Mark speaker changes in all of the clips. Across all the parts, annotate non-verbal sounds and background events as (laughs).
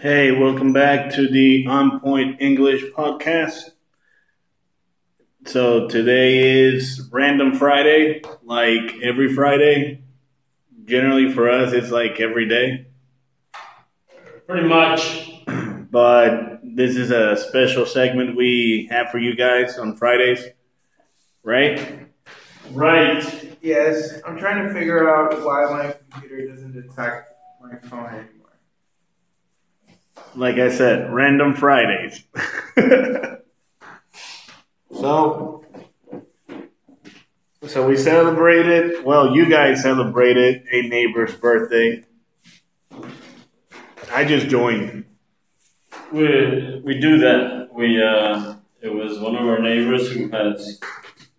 Speaker 1: Hey, welcome back to the On Point English podcast. So today is Random Friday, like every Friday. Generally for us, it's like every day.
Speaker 2: Pretty much.
Speaker 1: But this is a special segment we have for you guys on Fridays, right?
Speaker 2: Right.
Speaker 3: Yes, I'm trying to figure out why my computer doesn't detect my phone anymore.
Speaker 1: Like I said, Random Fridays. (laughs) so, so we celebrated. Well, you guys celebrated a neighbor's birthday. I just joined.
Speaker 2: We
Speaker 4: We do that. We uh, it was one of our neighbors who has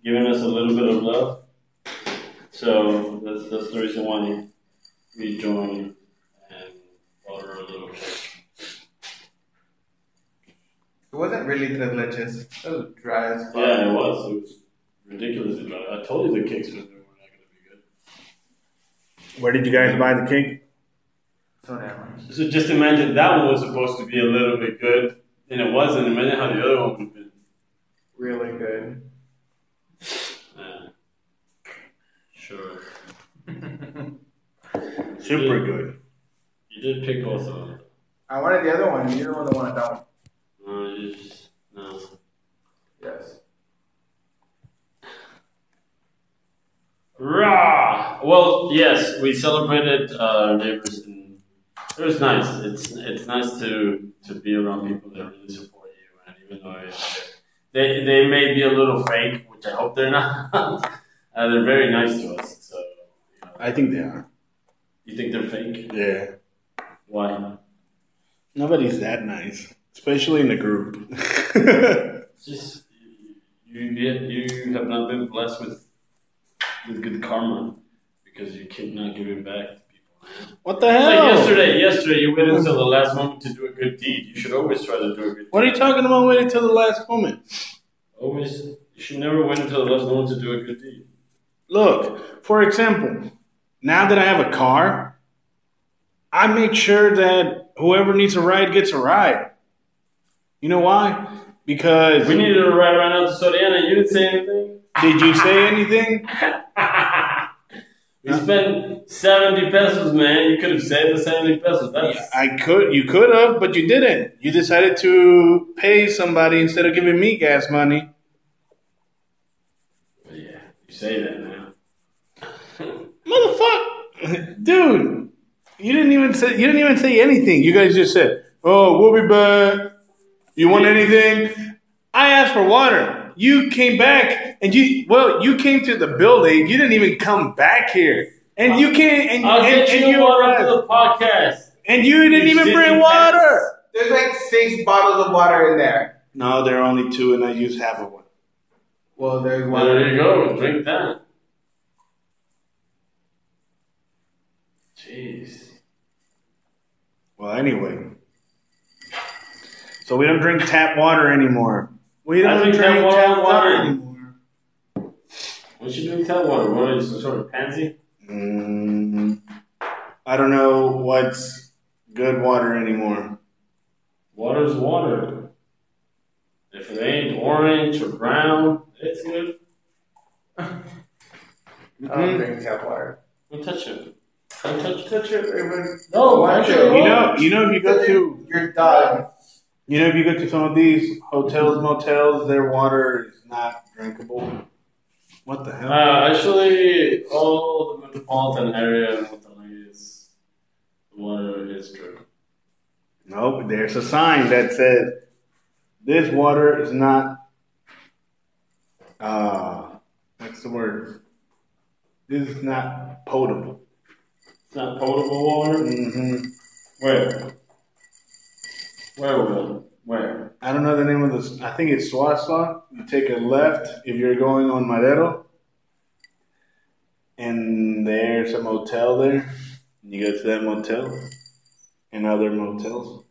Speaker 4: given us a little bit of love. So that's that's the reason why we join and order a little cake.
Speaker 3: It wasn't really delicious. It was dry as fuck.
Speaker 4: Yeah, it was. It was ridiculous. I told you the cakes were, were not going to be good.
Speaker 1: Where did you guys buy the cake?
Speaker 3: So never.
Speaker 4: So just imagine that one was supposed to be a little bit good, and it wasn't. Imagine how the other one would have been.
Speaker 3: Really good.
Speaker 4: Uh, sure.
Speaker 1: Super good.
Speaker 4: You did pick both of them.
Speaker 3: I wanted the other one. You don't want the one that one.
Speaker 4: No, you just, no.
Speaker 3: Yes.
Speaker 4: Rah! Well, yes, we celebrated uh, our neighbors, and it was nice. It's it's nice to to be around people that really support you, and even though it's- they they may be a little fake, which I hope they're not, (laughs) uh, they're very nice to us. So you, know.
Speaker 1: I think they are.
Speaker 4: you think they're fake?
Speaker 1: Yeah.
Speaker 4: Why?
Speaker 1: Nobody's that nice, especially in a group. (laughs)
Speaker 4: It's just you you you have not been blessed with with good karma because you keep not giving back to people.
Speaker 1: what the
Speaker 4: It's
Speaker 1: hell?
Speaker 4: like yesterday, yesterday you waited until the last moment to do a good deed. You should always try to do a good deed.
Speaker 1: What are you talking about? Waiting till the last moment.
Speaker 4: Always, you should never wait until the last moment to do a good deed.
Speaker 1: Look, for example, now that I have a car, I make sure that whoever needs a ride gets a ride. You know why? Because
Speaker 4: We needed a ride right now to Soriana. You didn't say anything.
Speaker 1: did you say anything?
Speaker 4: We spent 70 pesos, man. You could have saved the 70 pesos. That's,
Speaker 1: I could, you could have, but you didn't. You decided to pay somebody instead of giving me gas money.
Speaker 4: But yeah, you say that now.
Speaker 1: Motherfucker, dude, you didn't even say you didn't even say anything. You guys just said, "Oh, we'll be back." You want anything? I asked for water. You came back, and you well, you came to the building. You didn't even come back here, and you can't. And,
Speaker 4: I'll
Speaker 1: and,
Speaker 4: get
Speaker 1: and
Speaker 4: you, water
Speaker 1: arrived.
Speaker 4: after the podcast.
Speaker 1: and you didn't
Speaker 4: You
Speaker 1: even bring
Speaker 4: sissy
Speaker 1: water.
Speaker 3: There's like six bottles of water in there.
Speaker 1: No, there are only two, and I use half of one.
Speaker 3: Well, there's
Speaker 4: Well,
Speaker 3: one.
Speaker 4: there you go. Drink that. Jeez.
Speaker 1: Well, anyway, so we don't drink tap water anymore. We
Speaker 4: I
Speaker 1: don't
Speaker 4: think
Speaker 1: drink
Speaker 4: tap water
Speaker 1: tap
Speaker 4: is
Speaker 1: water
Speaker 4: fine.
Speaker 1: anymore.
Speaker 4: What you drink that water? What are you, some sort of pansy?
Speaker 1: Mm, I don't know what's good water anymore.
Speaker 4: Water's water. If it ain't orange or brown, it's good.
Speaker 3: I
Speaker 1: Hmm?
Speaker 3: don't drink tap water.
Speaker 4: Don't touch it. Don't touch it.
Speaker 3: Touch it, Raymond.
Speaker 4: No,
Speaker 3: Why
Speaker 4: touch
Speaker 3: not?
Speaker 4: it.
Speaker 1: You know, you know if you go to,
Speaker 3: You're done.
Speaker 1: you know if you go to some of these hotels, motels, their water is not drinkable. What the hell?
Speaker 4: Uh, actually, all the metropolitan area in Monterrey is water is good.
Speaker 1: Nope. There's a sign that says this water is not. Uh, what's the word? This is not potable.
Speaker 4: It's not potable water.
Speaker 1: hmm
Speaker 4: Where? Where? Will? Where?
Speaker 1: I don't know the name of this. I think it's Suasa. You take a left if you're going on Madero. And there's a motel there. You go to that motel and other motels.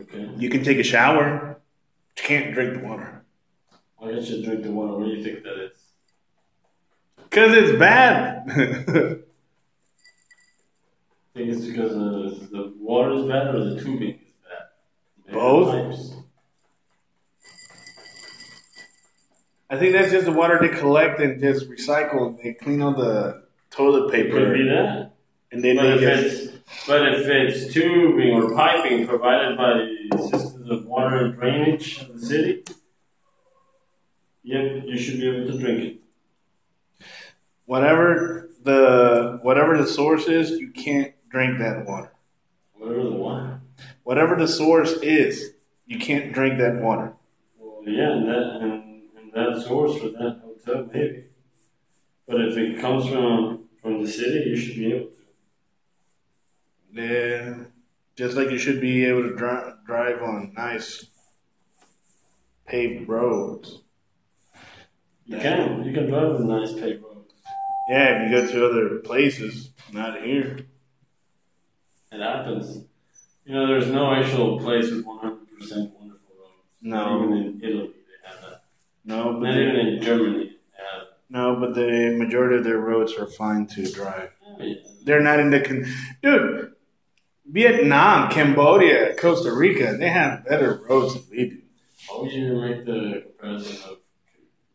Speaker 4: Okay.
Speaker 1: You can take a shower, but you can't drink the water.
Speaker 4: I guess you drink the water. What do you think that is?
Speaker 1: Because it's bad.
Speaker 4: think it's because uh, the water is bad or the tubing is bad.
Speaker 1: Both.
Speaker 4: Pipes.
Speaker 1: (laughs) I think that's just the water they collect and just recycle. They clean all the toilet
Speaker 4: It could
Speaker 1: paper
Speaker 4: be that.
Speaker 1: and then
Speaker 4: but
Speaker 1: they
Speaker 4: if
Speaker 1: just
Speaker 4: it's but if it's tubing or piping provided by the system of water and drainage of the city, yep, you should be able to drink it.
Speaker 1: whatever the whatever the source is, you can't drink that water.
Speaker 4: Whatever the water.
Speaker 1: Whatever the source is, you can't drink that water.
Speaker 4: Well, yeah, and that and, and that source for that hotel maybe. But if it comes from from the city, you should be able to.
Speaker 1: Yeah, just like you should be able to dri- drive on nice paved roads.
Speaker 4: You can. You can drive a nice paved road.
Speaker 1: Yeah, if you go to other places, not here.
Speaker 4: It happens. You know, there's no actual place with 100% wonderful roads.
Speaker 1: No,
Speaker 4: Even in Italy, they have that.
Speaker 1: no, but
Speaker 4: Not
Speaker 1: they-
Speaker 4: even in Germany, they have
Speaker 1: no, but the majority of their roads are fine to drive.
Speaker 4: that. Yeah.
Speaker 1: They're not in the con- dude. Vietnam, Cambodia, Costa Rica, they have better roads than we do.
Speaker 4: How would you make the comparison of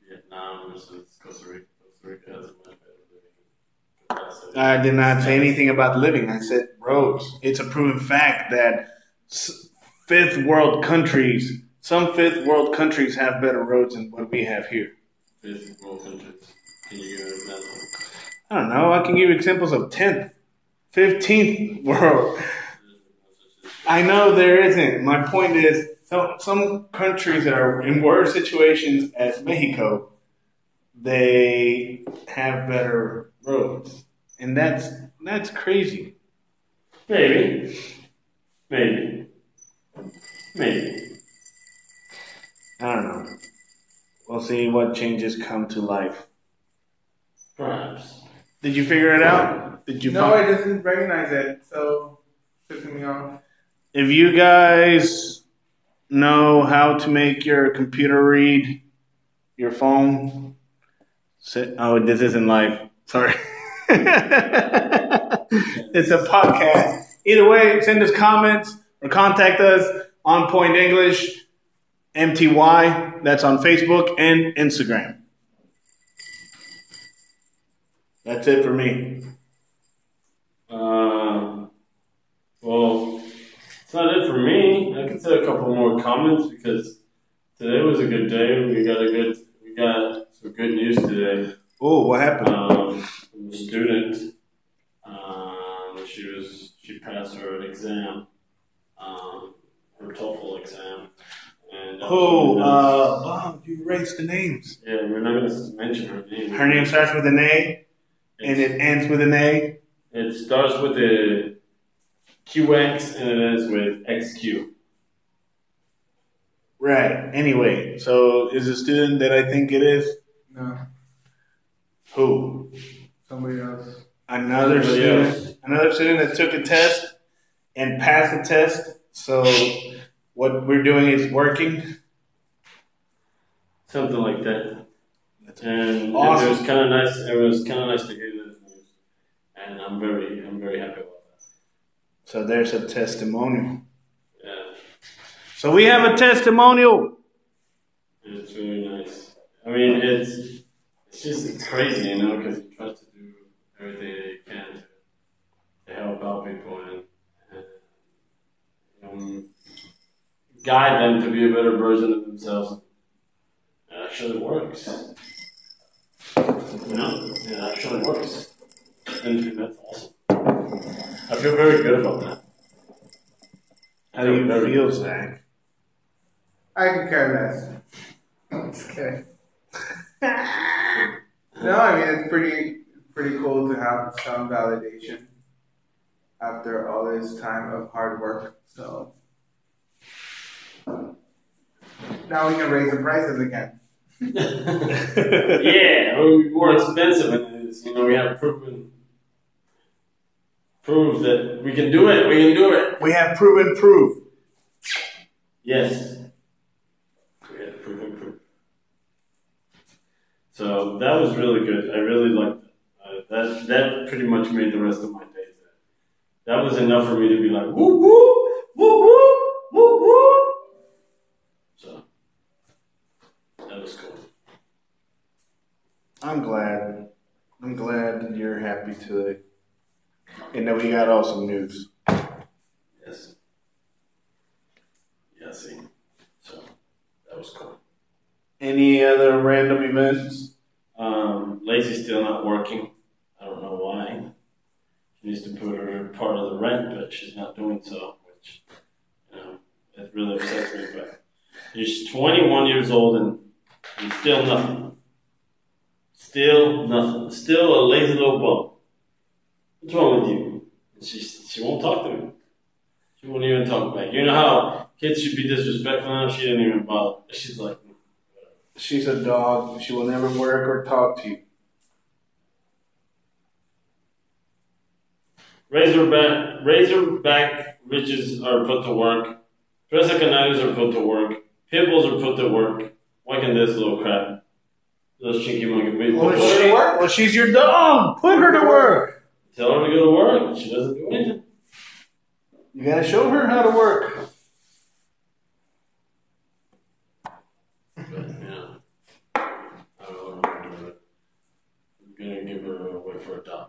Speaker 4: Vietnam versus Costa Rica? Costa Rica has a much better living capacity.
Speaker 1: I did not say anything about living. I said roads. It's a proven fact that s- fifth world countries, some fifth world countries have better roads than what we have here.
Speaker 4: Fifth world countries. Can you give an example?
Speaker 1: I don't know. I can give you examples of 10th, 15th (laughs) world. I know there isn't. My point is, some some countries that are in worse situations as Mexico, they have better roads, and that's that's crazy.
Speaker 4: Maybe. Maybe. Maybe.
Speaker 1: I don't know. We'll see what changes come to life.
Speaker 4: Perhaps.
Speaker 1: Did you figure it out? Did you?
Speaker 3: No,
Speaker 1: find-
Speaker 3: I didn't recognize it, so pissing me off.
Speaker 1: if you guys know how to make your computer read your phone, sit. Oh, this isn't live. Sorry. (laughs) it's a podcast. Either way, send us comments or contact us on Point English, MTY. That's on Facebook and Instagram. That's it for me.
Speaker 4: Uh, well, it's not it for me. I can say a couple more comments because today was a good day. We got a good, we got some good news today.
Speaker 1: Oh, what happened?
Speaker 4: Um, from a student, um, she was she passed her exam, um, her TOEFL exam. And
Speaker 1: Oh, uh, wow, you erased the names.
Speaker 4: yeah, we're not gonna mention her name.
Speaker 1: Her name starts with an A.
Speaker 4: It's-
Speaker 1: and it ends with an A.
Speaker 4: It starts with the QX and it ends with XQ.
Speaker 1: Right. Anyway, so is a student that I think it is
Speaker 3: No,
Speaker 1: who
Speaker 3: somebody else.
Speaker 1: another
Speaker 4: Somebody
Speaker 1: student,
Speaker 4: else.
Speaker 1: another student that took a test and passed the test. So what we're doing is working.
Speaker 4: Something like that.
Speaker 1: That's
Speaker 4: And
Speaker 1: awesome.
Speaker 4: it was kind of nice. It was kind of nice to hear that news, and I'm very, I'm very happy about that.
Speaker 1: So there's a testimonial.
Speaker 4: Yeah,
Speaker 1: So we have a testimonial.
Speaker 4: it's really nice. I mean, it's, it's just it's crazy, you know, because you try to do everything that you can to, to help out people and, and um, guide them to be a better version of themselves. It actually works. You know, it actually works, and that's awesome. I feel very good about that.
Speaker 1: How do you
Speaker 4: Very-
Speaker 1: feel, Zach?
Speaker 3: I could care less. (laughs) I'm just kidding. (laughs) no, I mean it's pretty pretty cool to have some validation after all this time of hard work. So now we can raise the prices again.
Speaker 4: yeah, I mean, more expensive and it's, you know, we have proven proof that we can do it, we can do it.
Speaker 1: we have proven proof.
Speaker 4: Yes. We have proven proof. So that was really good. I really liked it. Uh, that that pretty much made the rest of my day that was enough for me to be like, woo woo, woo woo, woo woo. So that was cool.
Speaker 1: I'm glad. I'm glad that you're happy today. And that we got awesome news.
Speaker 4: Yes. Yeah, see. So that was cool.
Speaker 1: Any other random events?
Speaker 4: Um, Lazy's still not working. I don't know why. She needs to put her part of the rent, but she's not doing so, which, you know, it really upsets me. But she's 21 years old and, and still nothing. Still nothing. Still a lazy little bum. What's wrong with you? And she, she won't talk to me. She won't even talk back. You know how kids should be disrespectful now? She didn't even bother. She's like,
Speaker 1: She's a dog. She will never work or talk to you.
Speaker 4: Razorback, Razorback ridges are put to work. Jessica Knives are put to work. Pitbulls are put to work. Why can this little crap? Those cheeky monkey be
Speaker 1: Well,
Speaker 4: put to
Speaker 1: she-
Speaker 4: work.
Speaker 1: well, she's your dog. Put her to work.
Speaker 4: Tell her to go to work. She doesn't do anything.
Speaker 1: You gotta show her how to work.
Speaker 4: But, yeah. I don't know what I'm doing with it. I'm going to give her away for adoption.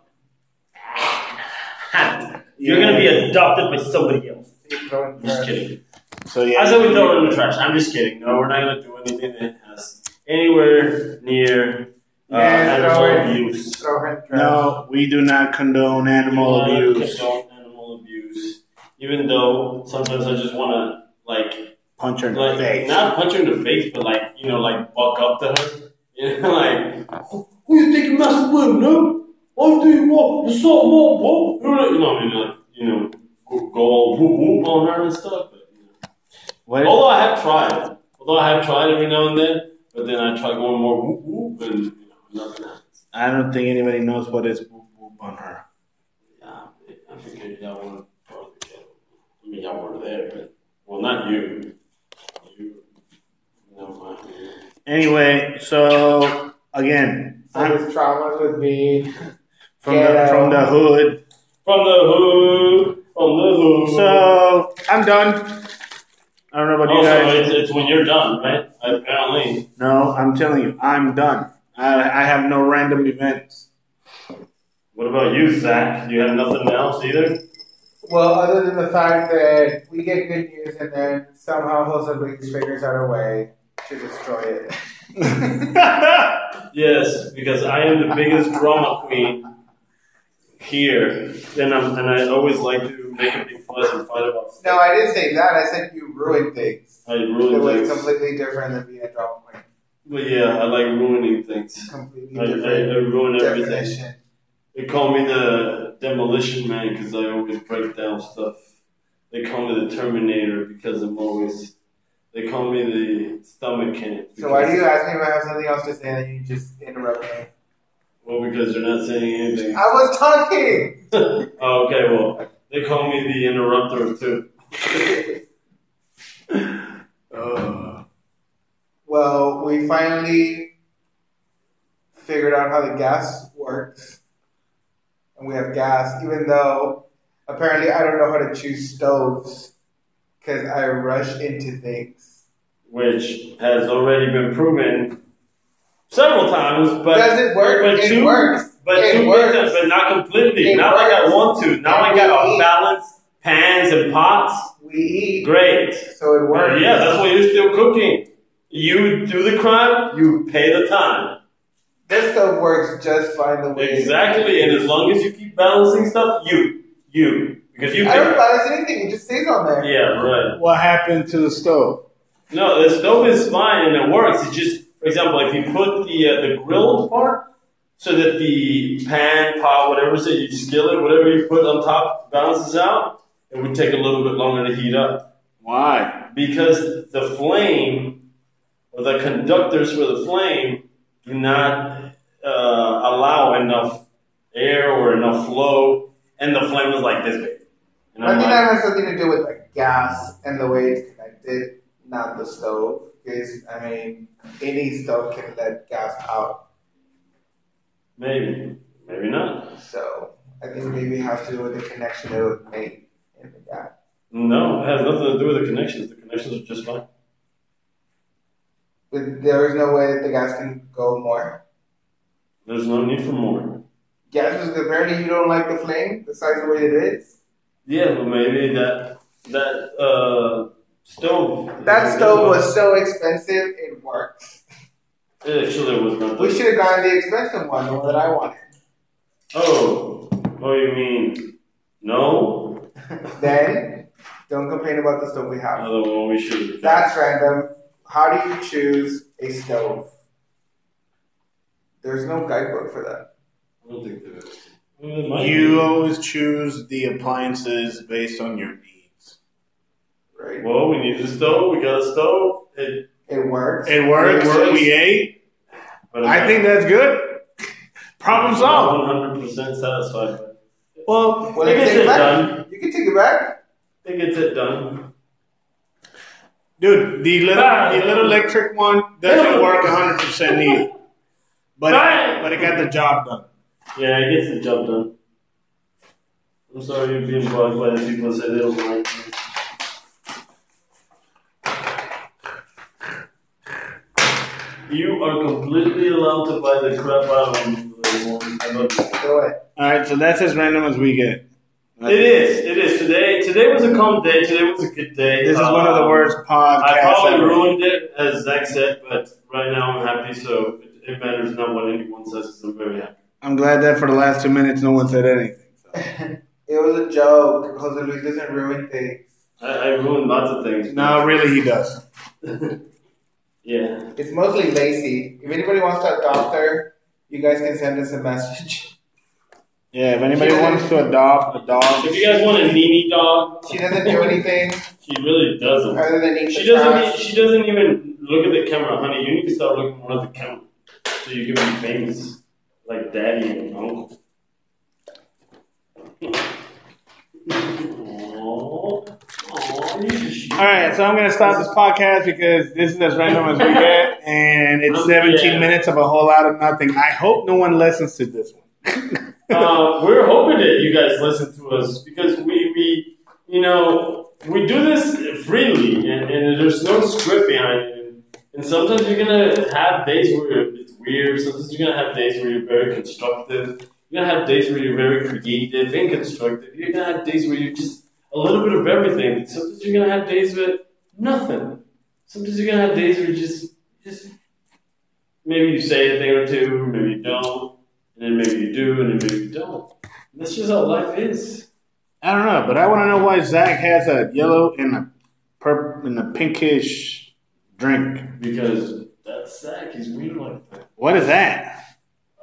Speaker 4: You're going to be adopted by somebody else. I'm just kidding.
Speaker 1: So yeah.
Speaker 4: I said we throw it in the trash. I'm just kidding. No, we're not gonna do anything that has anywhere near uh,
Speaker 3: Yeah, throw
Speaker 4: animal
Speaker 3: it.
Speaker 4: abuse.
Speaker 3: Throw her in trash.
Speaker 1: No, we do not condone animal
Speaker 4: We do not
Speaker 1: abuse.
Speaker 4: condone Animal abuse. Even though sometimes I just wanna like
Speaker 1: Punch her in the
Speaker 4: like
Speaker 1: face.
Speaker 4: not punch her in the face, but like you know like buck up to her. (laughs) You know like who who you think you messing with, no? I'll do you what? You saw what, what? You know, like, you know, I mean, like, you know, go, go all whoop whoop on her and stuff. But, you know.
Speaker 1: What?
Speaker 4: Although I have tried. Although I have tried every now and then, but then I try going more whoop whoop and you know, nothing happens.
Speaker 1: I don't think anybody knows what is whoop whoop on her.
Speaker 4: Yeah, I figured y'all were probably I mean, y'all were there, but well, not you. You, never mind.
Speaker 1: Anyway, so again,
Speaker 3: So there's traumas with me.
Speaker 1: from
Speaker 3: Yeah.
Speaker 1: the from the hood.
Speaker 4: From the hood, from the hood.
Speaker 1: So I'm done. I don't know about
Speaker 4: oh,
Speaker 1: you
Speaker 4: so
Speaker 1: guys.
Speaker 4: it's, it's when you're done, right? Apparently,
Speaker 1: No, I'm telling you, I'm done. I, I have no random events.
Speaker 4: what about you, Zach? You have nothing else either.
Speaker 3: Well, other than the fact that we get good news and then somehow Jose Briggs figures out a way to destroy it.
Speaker 1: Uh,
Speaker 4: Yes, because I am the biggest drama queen here, and I'm, and I always like to make a big fuss and fight about
Speaker 3: No,
Speaker 4: stuff.
Speaker 3: I didn't say that. I said you ruined things.
Speaker 4: I
Speaker 3: It
Speaker 4: ruin
Speaker 3: was
Speaker 4: things.
Speaker 3: completely different than being a drama queen.
Speaker 4: But yeah, I like ruining things. I, I,
Speaker 3: Completely
Speaker 4: I
Speaker 3: different
Speaker 4: ruin everything.
Speaker 3: definition.
Speaker 4: They call me the demolition man because I always break down stuff. They call me the Terminator because I'm always. They call me the stomach can.
Speaker 3: So why do you ask me if I have something else to say and then you just interrupt me?
Speaker 4: Well, because you're not saying anything. (laughs)
Speaker 3: I was talking! (laughs)
Speaker 4: Oh, okay, well, they call me the interrupter too.
Speaker 1: Ugh.
Speaker 3: Well, we finally figured out how the gas works. And we have gas, even though apparently I don't know how to choose stoves because I rush into things.
Speaker 4: which has already been proven several times, but
Speaker 3: Does it work?
Speaker 4: But
Speaker 3: it
Speaker 4: you-
Speaker 3: works.
Speaker 4: but
Speaker 3: it
Speaker 4: two
Speaker 3: works.
Speaker 4: pieces, but not completely.
Speaker 3: It
Speaker 4: not like I
Speaker 3: works.
Speaker 4: want to. Not like I got balanced pans and pots.
Speaker 3: We eat,
Speaker 4: Great.
Speaker 3: so it works.
Speaker 4: Yeah, that's why you're still cooking. You do the crime, you pay the time.
Speaker 3: This stove works just fine the way it is.
Speaker 4: Exactly, and as long as you keep balancing stuff, you, you, because you.
Speaker 3: I don't
Speaker 4: Pay.
Speaker 3: balance anything, it just stays on there.
Speaker 4: Yeah, right.
Speaker 1: What happened to the stove?
Speaker 4: No, the stove is fine and it works. It's just, for example, if you put the uh, the grilled part so that the pan, pot, whatever, so you skillet, whatever you put on top balances out, it would take a little bit longer to heat up
Speaker 1: Why?
Speaker 4: because the flame or the conductors for the flame do not uh, allow enough air or enough flow, and the flame is like this big. And
Speaker 3: I
Speaker 4: I'm
Speaker 3: think
Speaker 4: like,
Speaker 3: that has something to do with the gas and the way it's connected, not the stove. Because I mean, any stove can let gas out,
Speaker 4: maybe, maybe not.
Speaker 3: so I think maybe it has to do with the connection that was made in the gas.
Speaker 4: No, it has nothing to do with the connections. The connections are just fine.
Speaker 3: But there is no way that the gas can go more.
Speaker 4: There's no need for more.
Speaker 3: Gas was apparently you don't like the flame, the size the way it is.
Speaker 4: Yeah, but maybe that that uh, stove.
Speaker 3: That stove was so expensive, it works.
Speaker 4: It actually was not.
Speaker 3: We
Speaker 4: that-
Speaker 3: should have gotten the expensive one, the one that
Speaker 4: (laughs)
Speaker 3: I wanted.
Speaker 4: Oh, oh, you mean no?
Speaker 3: Then, don't complain about the stove we have.
Speaker 4: Another one we should.
Speaker 3: That's random. How do you choose a stove? There's no guidebook for that.
Speaker 4: I don't think there is. Well, there might
Speaker 1: You always choose the appliances based on your needs.
Speaker 4: be.
Speaker 3: Right?
Speaker 4: Well, we need a stove. We got a stove. It,
Speaker 3: It works.
Speaker 1: It worked.
Speaker 4: works.
Speaker 1: We ate.
Speaker 4: but
Speaker 1: I think that's good. (laughs) Problem solved.
Speaker 4: One hundred percent satisfied.
Speaker 1: Well,
Speaker 3: Well,
Speaker 4: They
Speaker 3: you
Speaker 4: get
Speaker 3: take
Speaker 4: it
Speaker 3: it back.
Speaker 4: done.
Speaker 3: You can take it back.
Speaker 4: They get it done.
Speaker 1: dude, the little
Speaker 2: Fine.
Speaker 1: the little electric one doesn't work 100 percent either, but it,
Speaker 2: Fine.
Speaker 1: but it got the job done.
Speaker 4: Yeah, it gets the job done. I'm sorry you're being bugged by the people that say they don't like you. You are completely allowed to buy the crap out of them. I love you.
Speaker 3: Go ahead.
Speaker 1: All right, so that's as random as we get.
Speaker 4: It is. It is. Today. Today was a calm day. Today was a good day.
Speaker 1: This is one of the
Speaker 4: Um,
Speaker 1: worst podcasts
Speaker 4: I probably
Speaker 1: ever.
Speaker 4: ruined it, as Zach said, but right now I'm happy, so it, it matters not what anyone says. 'cause I'm very happy.
Speaker 1: I'm glad that for the last two minutes, no one said anything.
Speaker 4: (laughs)
Speaker 3: It was a joke. Jose Luis doesn't ruin things.
Speaker 4: I, I ruined lots of things.
Speaker 1: No, really, he does.
Speaker 4: (laughs) yeah.
Speaker 3: It's mostly Lacey. If anybody wants to adopt her, you guys can send us a message. (laughs)
Speaker 1: Yeah, if anybody wants to adopt a dog,
Speaker 2: If you guys want a Nini dog,
Speaker 3: She doesn't do anything
Speaker 4: She really doesn't.
Speaker 3: other than eat
Speaker 4: She
Speaker 3: the
Speaker 4: doesn't.
Speaker 3: trash.
Speaker 4: e- She doesn't even look at the camera, honey. You need to start looking more at the camera, so you can be famous, like daddy and uncle. (laughs) Aww. Aww.
Speaker 1: All right, so I'm going to stop this podcast because this is as random as we get, and
Speaker 2: Oh,
Speaker 1: it's 17
Speaker 4: Yeah.
Speaker 1: minutes of a whole lot of nothing. I hope no one listens to this one. (laughs)
Speaker 4: uh, we're hoping that you guys listen to us because we, we you know, we do this freely and, and there's no script behind it. And sometimes you're gonna have days where it's weird. Sometimes you're gonna have days where you're very constructive. You're gonna have days where you're very creative and constructive. You're gonna have days where you're just a little bit of everything. Sometimes you're gonna have days with nothing. Sometimes you're gonna have days where you just, just maybe you say a thing or two, maybe you don't. And then maybe you do, and then maybe you don't. And that's just how life is.
Speaker 1: I don't know, but I want to know why Zach has a yellow and a purple and a pinkish drink.
Speaker 4: Because that's Zach. He's weird like that.
Speaker 1: What is that?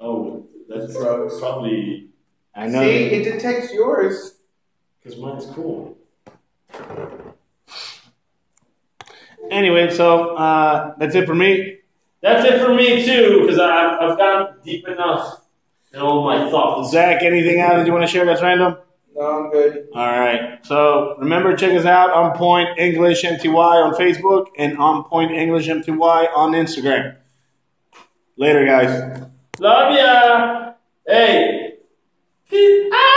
Speaker 4: Oh, that's
Speaker 3: Gross.
Speaker 4: probably
Speaker 1: I know.
Speaker 3: See, it detects yours.
Speaker 4: because mine's cool.
Speaker 1: Anyway, so uh, that's it for me.
Speaker 4: That's it for me too, because I've I've gotten deep enough in all my thoughts.
Speaker 1: Zach, anything else that you want to share that's random?
Speaker 3: No, I'm good.
Speaker 1: All right. So remember, check us out on Point English MTY on Facebook and on Point English MTY on Instagram. Later, guys.
Speaker 4: Love ya. Hey. Peace out.